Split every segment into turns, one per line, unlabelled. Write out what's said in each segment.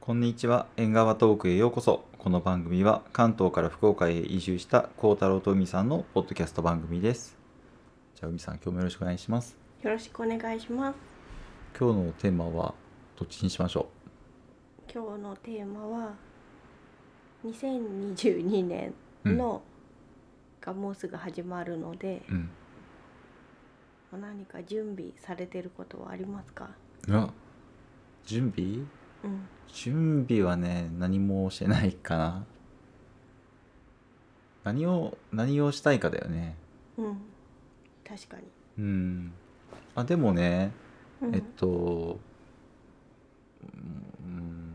こんにちは縁側トークへようこそこの番組は関東から福岡へ移住した幸太郎と海さんのポッドキャスト番組ですじゃあ海さん今日もよろしくお願いします
よろしくお願いします。
今日のテーマはどっちにしましょ
今日のテーマは2022年の、がもうすぐ始まるので
う、うん
何か準備されてることはありますか？
あ準備
うん。
準備はね何もしてないかな何を何をしたいかだよね
うん。確かに。
うんあでもね
うん
えっと、うん、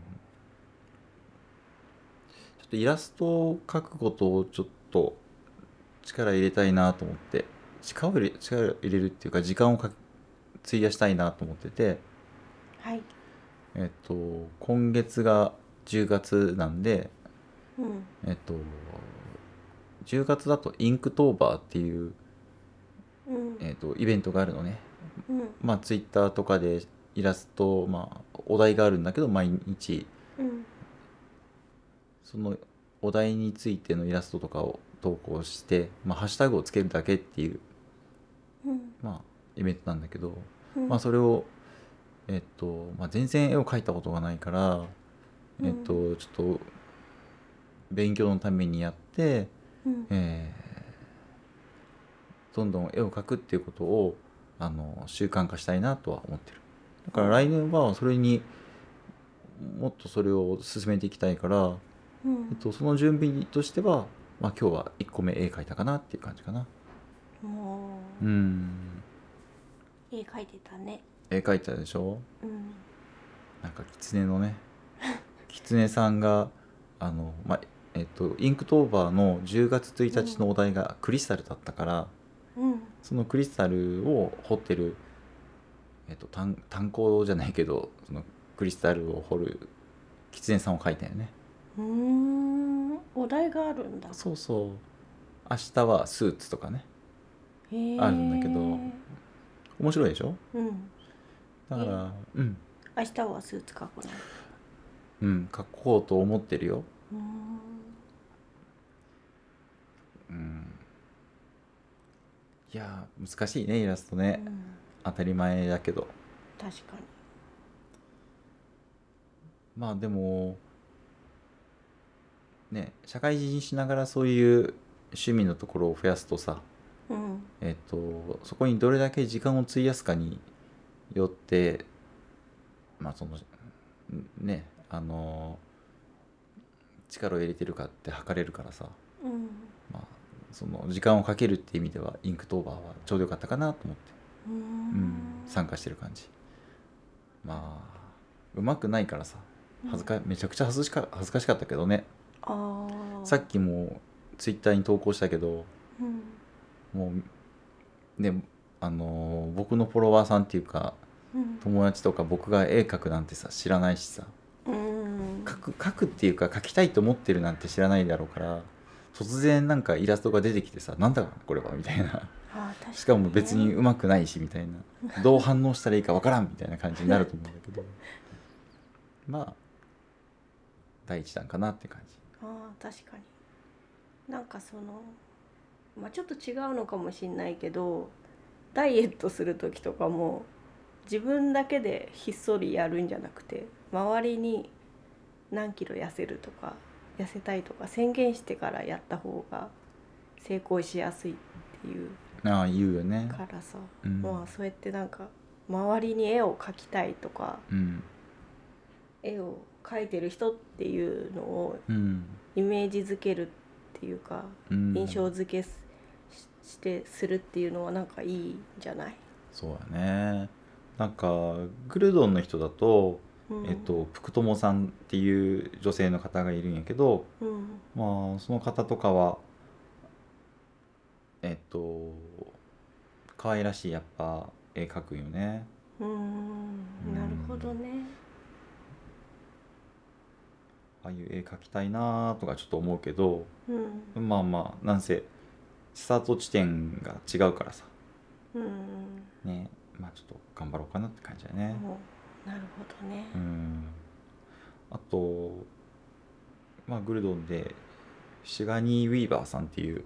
ちょっとイラストを描くことをちょっと力入れたいなと思って力を入れ力を入れるっていうか時間をかけ費やしたいなと思ってて、
はい。
えっと、今月が10月なんで、
うん。
えっと、10月だとインクトーバーっていう、
うん。
えっと、イベントがあるのね。
うん。
まあ、ツイッターとかでイラスト、まあ、お題があるんだけど毎日
うん。
そのお題についてのイラストとかを投稿して、まあ、ハッシュタグをつけるだけっていう、
うん。
まあ、イベントなんだけど、
うん
まあ、それを、えっとまあ、全然絵を描いたことがないから、えっと、ちょっと勉強のためにやって、
うん。
えーどんどん絵を描くっていうことをあの習慣化したいなとは思ってるだから来年はそれにもっとそれを進めていきたいから、
う
えっ
ん。
と、その準備としては、まあ、今日は1個目絵描いたかなっていう感じかな
も
う
う、
ん
絵描いてたね。
絵描いたでしょ
うん。
なんか狐のね 狐さんがあの、まあえっと、インクトーバーの10月1日のお題がクリスタルだったから、
うん。
そのクリスタルを掘ってる、えっと、炭炭鉱じゃないけどそのクリスタルを掘る狐さんを描いたよね
うーん。お題があるんだ。
そうそう明日はスーツとかね
へー
あるんだけど面白いでしょ
うん。
だからうん
明日はスーツかこない。
うん描こうと思ってるよ
うーん。
うんいやー難しいねイラストね
うん
当たり前だけど
確かに。
まあでもね社会人しながらそういう趣味のところを増やすとさ
うん。
えっと、そこにどれだけ時間を費やすかによって、まあその、んね、あの、力を入れてるかって測れるからさ、
うん。
まあ、その時間をかけるっていう意味では、インクトーバーはちょうどよかったかなと思って、
うー
うん
ん。
参加してる感じ。まあ、うまくないからさ、恥ずか、めちゃくちゃ恥ずしか恥ずかしかったけどね、
ああ。
さっ。きもツイッターに投稿したけど、
うん。
もう、ね、あの、僕のフォロワーさんっていうか、
うん。
友達とか僕が絵描くなんてさ知らないしさ
うん。
描く描くっていうか描きたいと思ってるなんて知らないだろうから突然なんかイラストが出てきてさなんだこれはみたいな
ああ、確かにね。
しかも別にうまくないしみたいなどう反応したらいいかわからんみたいな感じになると思うんだ けどまあ第一弾かなって感じ
ああ、確かに。なんかその。まあ、ちょっと違うのかもしれないけど。ダイエットする時とかも。自分だけでひっそりやるんじゃなくて、周りに。何キロ痩せるとか。痩せたいとか宣言してからやった方が。成功しやすいっていう
ああ言うよね
からさ。
うん
まあそうやってなんか周りに絵を描きたいとか
うん
絵を描いてる人っていうのを
うん
イメージづけるっていうか
うん
印象づけすししてするっていうのはなんかいいんじゃない、
そうだねなんかグルドンの人だと
うん、
えっと、福友さんっていう女性の方がいるんやけど、
うん
まあ、その方とかはえっと可愛らしいやっぱ絵描くよね
うーんなるほどね
ああいう絵描きたいなとかちょっと思うけど
うん
まあまあなんせスタート地点が違うからさ
うん
ねまあちょっと頑張ろうかなって感じだね
もうなるほどね
うんあと、まあ、グルドンでシガニー・ウィーバーさんっていう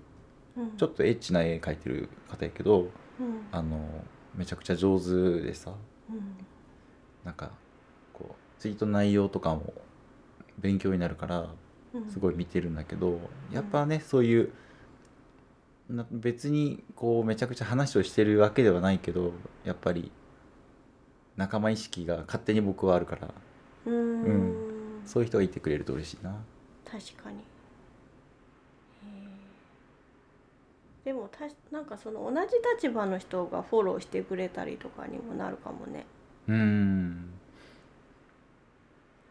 うん
ちょっとエッチな絵描いてる方やけど
うん
あのめちゃくちゃ上手でさ
うん
なんかこうツイートの内容とかも勉強になるから
うん
すごい見てるんだけどやっぱねそういうな別にこうめちゃくちゃ話をしてるわけではないけどやっぱり仲間意識が勝手に僕はあるから
うーん
そういう人がいてくれると嬉しいな。
確かにへえでもたしなんかその同じ立場の人がフォローしてくれたりとかにもなるかもね
うん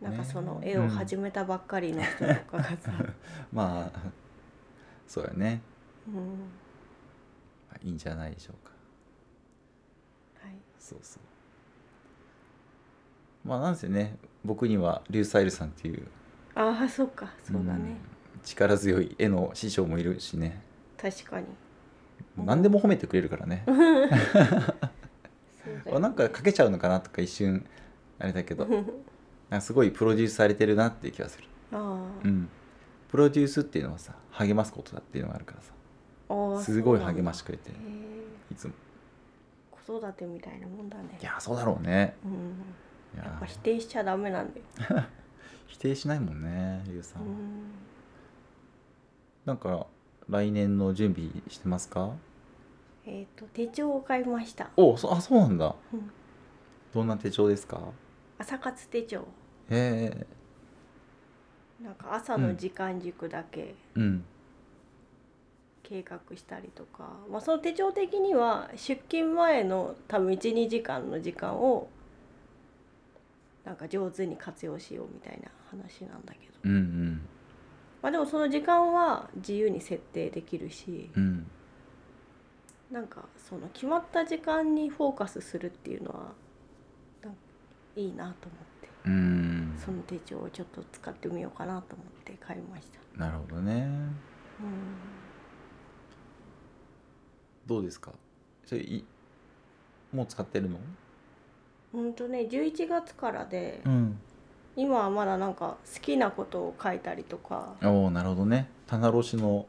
なんか
ね
その絵を始めたばっかりの人と かがさ、
まあ そうやね
うん
いいんじゃないでしょうか。
はい、
そうそうまあなんせね僕にはリュウ・サイルさんっていう
ああそっかそう
う
だね、
ん力強い絵の師匠もいるしね
確かにうん
何でも褒めてくれるからね
そうだよ
あなんかかけちゃうのかなとか一瞬あれだ けどなんかすごいプロデュースされてるなっていう気がする、
あ
う
あ、
ん、プロデュースっていうのはさ励ますことだっていうのがあるからさ
ああ
すごい
そうなんだ
励ましてくれて
へえ
いつも
子育てみたいなもんだね
いやそうだろうね
うん、
いや
やっぱ否定しちゃダメなんだよ、
否定しないもんねリュウさ、
うんん、
なんか来年の準備してますか
えっ、と手帳を買いました、
おそあそうなんだ
うん、
どんな手帳ですか
朝活手帳
へえ
なんか朝の時間軸だけ
うん
計画したりとか、まあ、その手帳的には出勤前の多分12時間の時間をなんか上手に活用しようみたいな話なんだけど、
うんうん
まあ、でもその時間は自由に設定できるし
うん
なんかその決まった時間にフォーカスするっていうのはなんかいいなと思って
うん
その手帳をちょっと使ってみようかなと思って買いました。
なるほどね
うん
どうですかそれいもう使ってるの
ほんとね11月からで、
ん
今はまだなんか好きなことを書いたりとか
おおなるほどね棚卸しの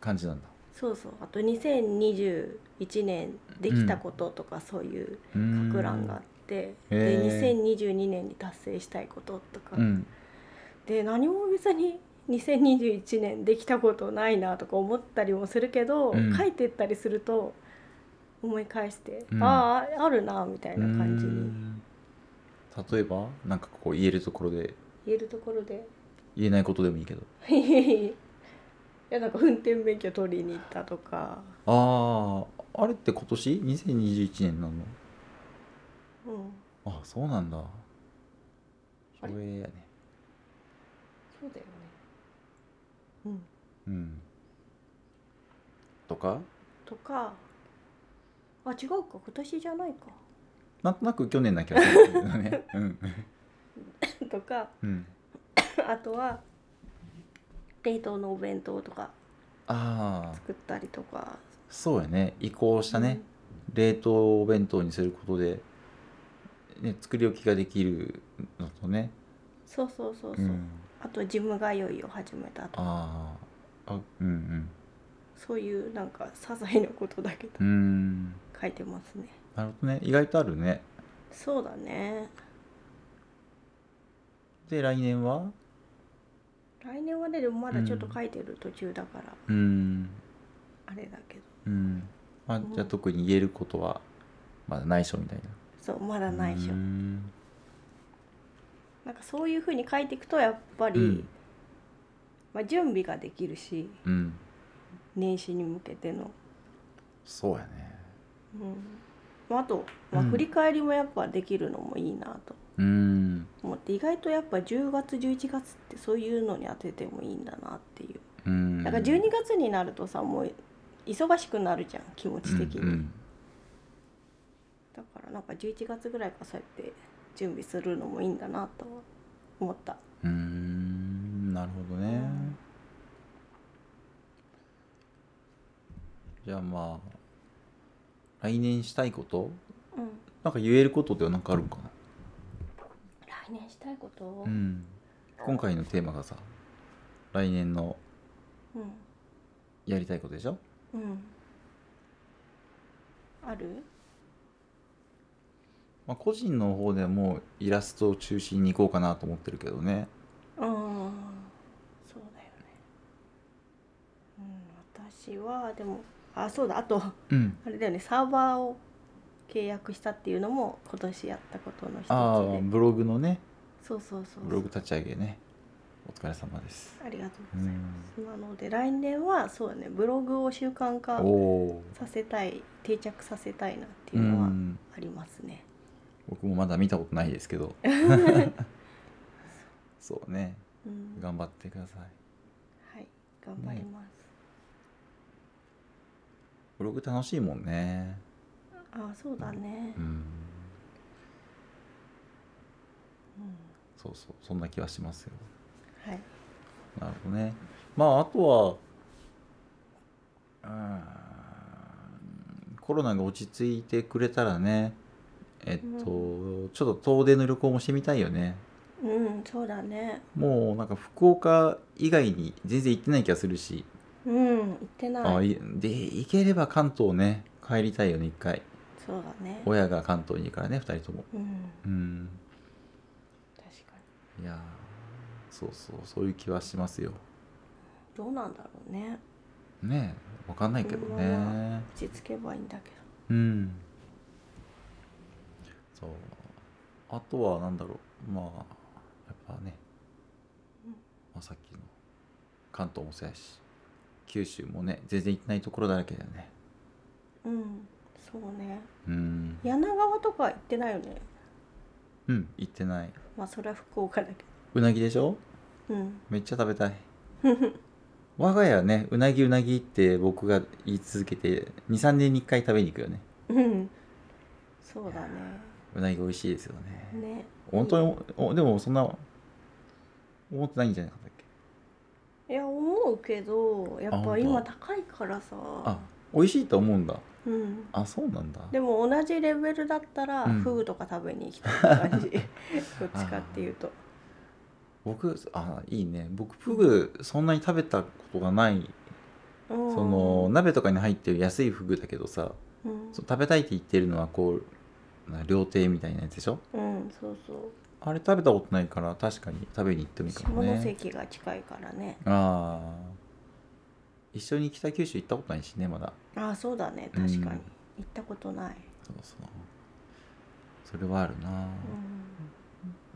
感じなんだ
そうそうあと2021年できたこととかそういう
うーん
博覧があって、
へ
で
ー
2022年に達成したいこととか、
うん
で何も別に2021年できたことないなとか思ったりもするけど、
うん
書いてったりすると思い返して、
うん
あああるなみたいな感じ
うー
に
ん例えばなんかこう言えるところで
言えるところで
言えないことでもいいけど
いやなんか運転免許取りに行ったとか、
あああれって今年2021年なの
うん、
あそうなんだ
あれ
上やね
そうだよね。うん、
うんとか
とかあ違うか今年じゃないか
なんとなく去年な気がするけどねうん
とか
うん
あとは冷凍のお弁当とか
ああ
作ったりとか
そうやね移行したね、冷凍お弁当にすることで、ね、作り置きができるのとね
そうそうそう
う
そう、
ん、
あとジム通いを始めたとか
あーあうん
そういうなんか些細なことだけど
うんうん
書いてますね
なるほどね意外とあるね
そうだね
で来年は
来年はねでもまだちょっと書いてる途中だから、
うん
あれだけど
うんあじゃあ特に言えることはまだ内緒みたいな
そうまだないしょ
うん
なんかそういうふうに書いていくとやっぱり、
うん
まあ、準備ができるし
うん
年始に向けての、
そうやね
うんまあ、あと、まあ、
うん
振り返りもやっぱできるのもいいなと
うん
思って、意外とやっぱ10月11月ってそういうのに当ててもいいんだなっていう
うん
だから12月になるとさもう忙しくなるじゃん気持ち的に、
うんうん
だからなんか11月ぐらいからそうやって準備するのもいいんだなと思った
うーんなるほどね、
うん
じゃあまあ来年したいこと
うん
なんか言えることってなんかあるんかな
来年したいこと、
うん今回のテーマがさ来年の
うん
やりたいことでしょ
うんある
まあ、個人の方でもイラストを中心に行こうかなと思ってるけどね
うんそうだよねうん私はでもあそうだあと
うん
あれだよねサーバーを契約したっていうのも今年やったことの一つ
ああ
で
ブログのね
そうそうそうそう
ブログ立ち上げねお疲れ様です
ありがとう
う
ございま
ん
す、なので来年はそうだねブログを習慣化
おお
させたい定着させたいなって
ーう
いうのは
ん
ありますね、
僕もまだ見たことないですけ どそうね
うん
頑張ってください
はい頑張ります、
ブログ楽しいもんね
ああそうだね、
うん
うん
そうそうそんな気はしますよ
はい
なるほどね。まああとは、うーんコロナが落ち着いてくれたらね、えっと、ちょっと遠出の旅行もしてみたいよね。
うんそうだね
もうなんか福岡以外に全然行ってない気がするし、
うん行ってない
あいで行ければ関東ね帰りたいよね一回
そうだね
親が関東にいるからね二人とも
うん
うん
確かに
いやーそうそうそういう気はしますよ
どうなんだろうね
ねえわかんないけどね、
う落ち着けばいいんだけど
うんそうあとは何だろうまあやっぱね、
うん
まあ、さっきの関東もそうやし九州もね全然行ってないところだらけだよね
うんそうね
うん
柳川とか行ってないよね
うん行ってない
まあそれは福岡だけ
うなぎでしょ
どうん
めっちゃ食べ たい我が家はねうなぎうなぎって僕が言い続けて23年に1回食べに行くよね
うんそうだ
うなぎ美味しいですよ
ね
ね
ね
本当におでもそんな思ってないんじゃなかったっけ
いや思うけどやっ
あ本当
ぱ今高いからさ
あ美味しいと思うんだ
うん
あそうなんだ
でも同じレベルだったら
うん
フグとか食べに行きた い感じどっちかっていうと
僕あいいね僕フグそんなに食べたことがない、
そ
その鍋とかに入ってる安いフグだけどさ
うん
そう食べたいって言ってるのはこうな料亭みたいなやつでしょ
うんそうそう
あれ食べたことないから確かに食べに行ってもいいかも
下
ね
関が近いからね
ああ一緒に北九州行ったことないしねまだ
ああそうだね確かに行ったことない
そうそうそれはあるな、
うん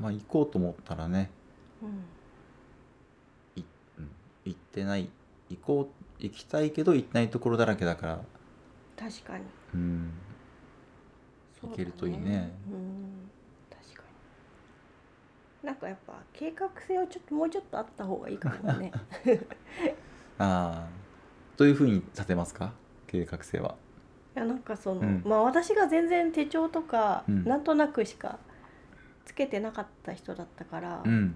まあ行こうと思ったらね
うん
うん行ってない行こう行きたいけど行ってないところだらけだから
確かに
うん
そうだ
いけるといいね
うん確かになんかやっぱ計画性をちょっともうちょっとあった方がいいかもね
ああどういうふうに立てますか計画性はい
やなんかその、
うん
まあ私が全然手帳とか、
うん
なんとなくしかつけてなかった人だったから、
うん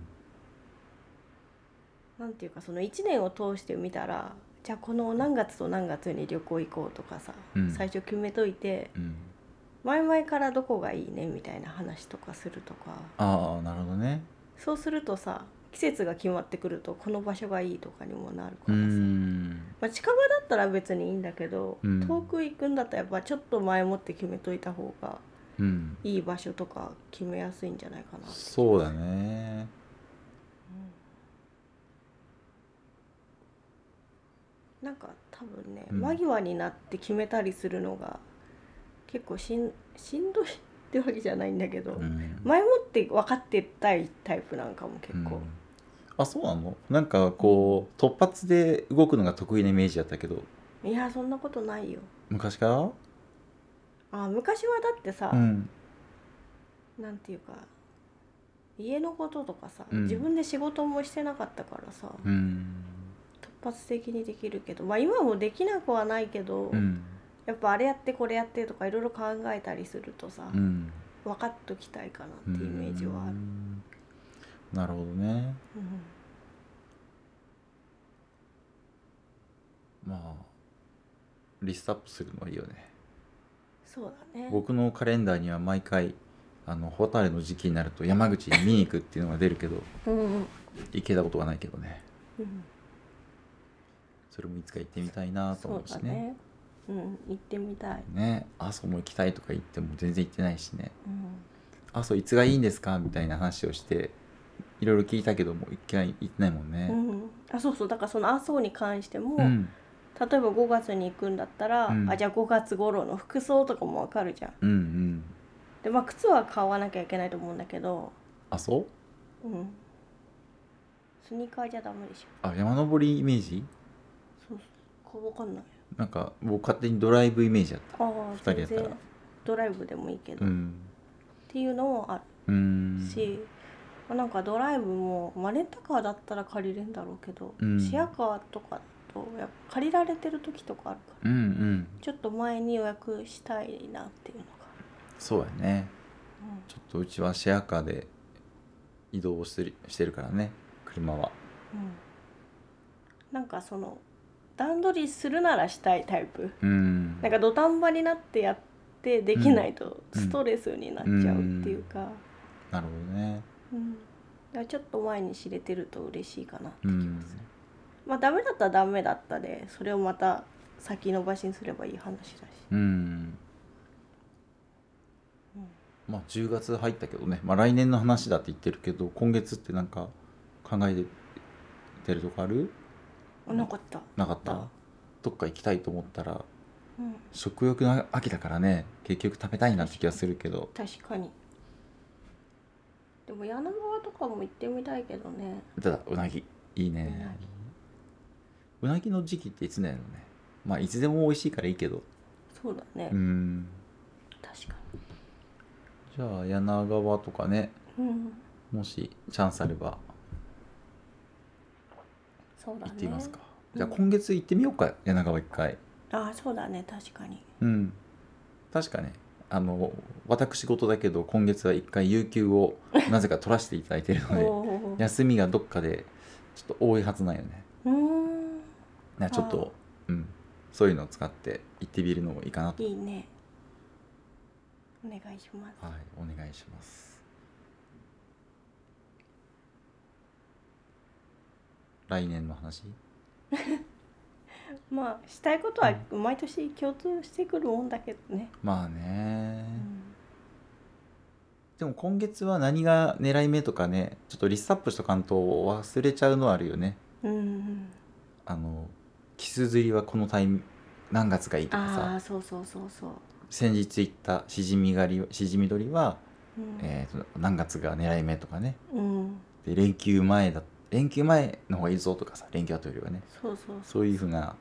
なんていうかその1年を通して見たらじゃあこの何月と何月に旅行行こうとかさ、
うん
最初決めといて
うん
前々からどこがいいねみたいな話とかするとか
ああなるほどね
そうするとさ季節が決まってくるとこの場所がいいとかにもなる
う
からさ、
ん
まあ、近場だったら別にいいんだけど、
うん
遠く行くんだったらやっぱちょっと前もって決めといた方が
うん
いい場所とか決めやすいんじゃないかなって
そうだね
うんなんか多分ね、
うん
間際になって決めたりするのが結構しんしんどいってわけじゃないんだけど、
うん
前もって分かってたいタイプなんかも結構、
うんあそうなのなんかこう突発で動くのが得意なイメージだったけど
いやそんなことないよ
昔か
あ昔はだってさ、
らうん
なんていうか家のこととかさ、
うん
自分で仕事もしてなかったからさ、
うん
突発的にできるけどまあ今もできなくはないけど、
うん
やっぱあれやってこれやってとかいろいろ考えたりするとさ、
うん
分かっときたいかなってイメージはある
う、んなるほどね
うん
まあリストアップするのはいいよね
そうだね
僕のカレンダーには毎回あの蛍の時期になると山口に見に行くっていうのが出るけど
うんうん
行けたことがないけどね
うん
それもいつか行ってみたいなと
そ
思
う
うし
だ
ね
ねうん行ってみたい、
ね阿蘇も行きたいとか言っても全然行ってないしね
うん、
阿蘇いつがいいんですかみたいな話をしていろいろ聞いたけども行けない行ってないもんね
うん、あそうそうだからその麻生に関しても、
うん
例えば5月に行くんだったら、
うん
あじゃあ5月頃の服装とかもわかるじゃん
うんうん
でまあ靴は買わなきゃいけないと思うんだけど
阿蘇
うんスニーカーじゃダメでしょ
あ山登りイメージ
そうそうわかんない
なんか僕勝手にドライブイメージだった
あ
人
あ
やったら
全然ドライブでもいいけど、
う
っ
ん
ていうのもあ
うーん
るし、まあなんかドライブも、まあ、レンタカーだったら借りれるんだろうけど、
うん
シェアカーとかだとやっぱ借りられてる時とかあるから
うんうん
ちょっと前に予約したいなっていうのが、
そうやね
うん
ちょっとうちはシェアカーで移動をしてるしてるからね車は
うんなんかその段取りするならしたいタイプ
うん
なんか土壇場になってやってできないと
うん
ストレスになっちゃうっていうか、
なるほどね
うんだからちょっと前に知れてると嬉しいかなって気
う
がする、
ん
まあダメだったらダメだったでそれをまた先延ばしにすればいい話だし、
うん
うん
まあ10月入ったけどね、まあ、来年の話だって言ってるけど今月ってなんか考えてるとこある
あなかった、
なかっ
な
たどっか行きたいと思ったら
うん、
食欲の秋だからね結局食べたいなって気がするけど
確かにでも柳川とかも行ってみたいけどね
ただうなぎいいねうなぎの時期っていつなのねまあいつでも美味しいからいいけど
そうだね、
うん
確か
じゃあ柳川とかね
にうん
もしチャンスあれば
そうだ
行
ね
ってみますか、
うん
じゃあ今月行ってみようか柳川一回
あそうだね確かに
うん確かねあの私事だけど今月は一回有給をなぜか取らせていただいてるので
おー
休みがどっかでちょっと多いはずなんよね
うーん
なちょっと、うん、そういうのを使って行ってみるのもいいかなと、
いいねお願いします
はい、お願いします来年の話
まあしたいことは毎年共通してくるもんだけどね、
まあね
うん
でも今月は何が狙い目とかねちょっとリストアップしとかんと忘れちゃうのあるよね
うんうん、
あのキス釣りはこのタイミング何月がいいとか
あ
さ
あそうそうそうそう、
先日行ったしじみ狩りしじみ取りは、
うん
えーと何月が狙い目とかね
うん、
で連休前だ連休前の方がいいぞとかさ連休後よりはね
そうそうそ
そういうふうな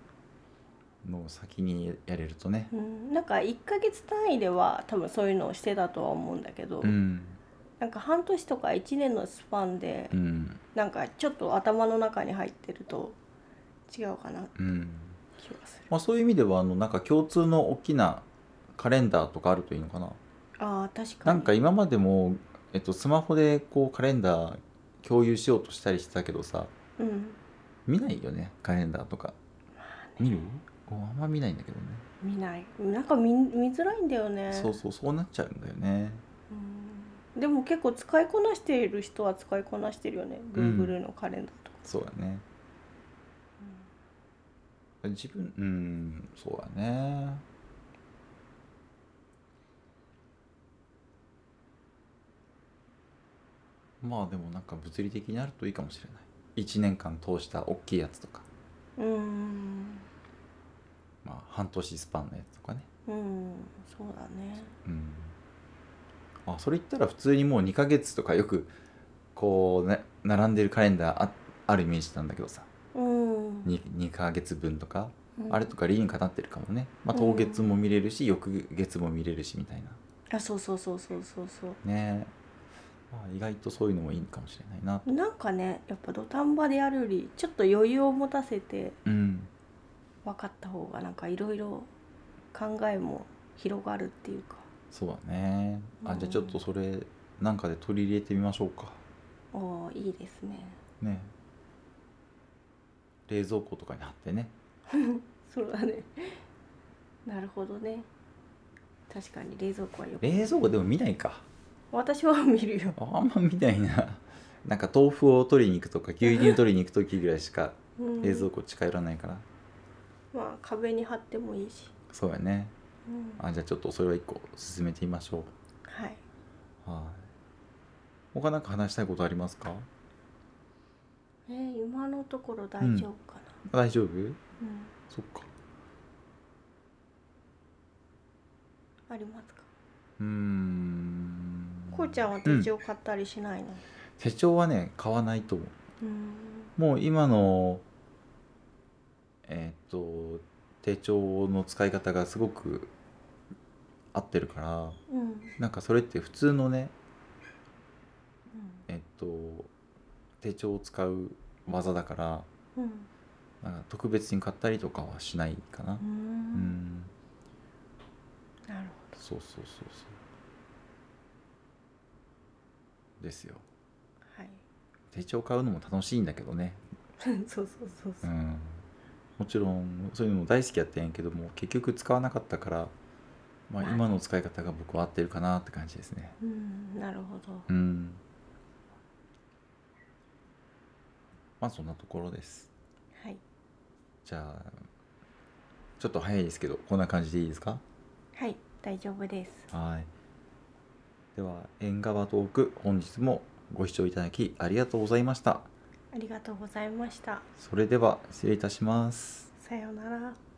のを先にやれるとね
う、うん、なんか1ヶ月単位では多分そういうのをしてたとは思うんだけど、
うん
なんか半年とか1年のスパンで、
うん
なんかちょっと頭の中に入ってると違うかな
うん
気がする
まあ、そういう意味ではあのなんか共通の大きなカレンダーとかあるといいのかな
ああ確か
な
に
んか今までも、えっと、スマホでこうカレンダー共有しようとしたりしてたけどさ
うん
見ないよねカレンダーとか見るおあんま見ないんだけどね、
見ないなんか見見づらいんだよね
そうそうそうなっちゃうんだよね
うんでも結構使いこなしている人は使いこなしてるよね、
うん
Google のカレンダーとか、
そうだね自分うんそうだねまあでもなんか物理的になるといいかもしれない1年間通した大きいやつとか、
うん
まあ、半年スパンのやつとかね
うんそうだね
うんあそれ言ったら普通にもう2ヶ月とかよくこうね並んでるカレンダーああるイメージなんだけどさ
うん、
2, 2ヶ月分とか
うん
あれとか理にかなってるかもね、まあ、当月も見れるし、翌月も見れるしみたいな
あそうそうそうそうそうそう
ねまあ、意外とそういうのもいいかもしれないな
なんかねやっぱ土壇場でやるよりちょっと余裕を持たせて
うん
分かった方がなんかいろいろ考えも広がるっていうか
そうだねあじゃあちょっとそれなんかで取り入れてみましょうか
おーいいですね
ね冷蔵庫とかに貼ってね
そうだねなるほどね確かに冷蔵庫はよく
冷蔵庫でも見ないか
私は見るよ
あんま見ないな なんか豆腐を取りに行くとか牛乳取りに行く時ぐらいしか
うん
冷蔵庫近寄らないから、
まあ壁に貼ってもいいし、
そうやね
うん、
あじゃあちょっとそれは一個進めてみましょ
はい。
うはい他なんか話したいことありますか
えー今のところ大丈夫か
大丈夫
な、うん
そっか
ありますか
うーん
こうちゃんは手帳買ったりしないの
手帳はね買わないと思う
うん
もう今のえっ、と手帳の使い方がすごく合ってるから
うんうん
なんかそれって普通のねえっ、と手帳を使う技だから
うん
なんか特別に買ったりとかはしないかな
う
うんん
なる
そうそうそうそうですよ
ほどはい
手帳買うのも楽しいんだけどね
そうそうそう
う
そう、
んもちろんそういうのも大好きやったんやけども結局使わなかったから、まあ、
はい
今の使い方が僕は合ってるかなって感じですね
うん、なるほど
うんまあそんなところです
はい
じゃあちょっと早いですけどこんな感じでいいですか
はい大丈夫です
はいでは縁側トーク本日もご視聴いただきありがとうございました
ありがとうございました
それでは失礼いたします
さようなら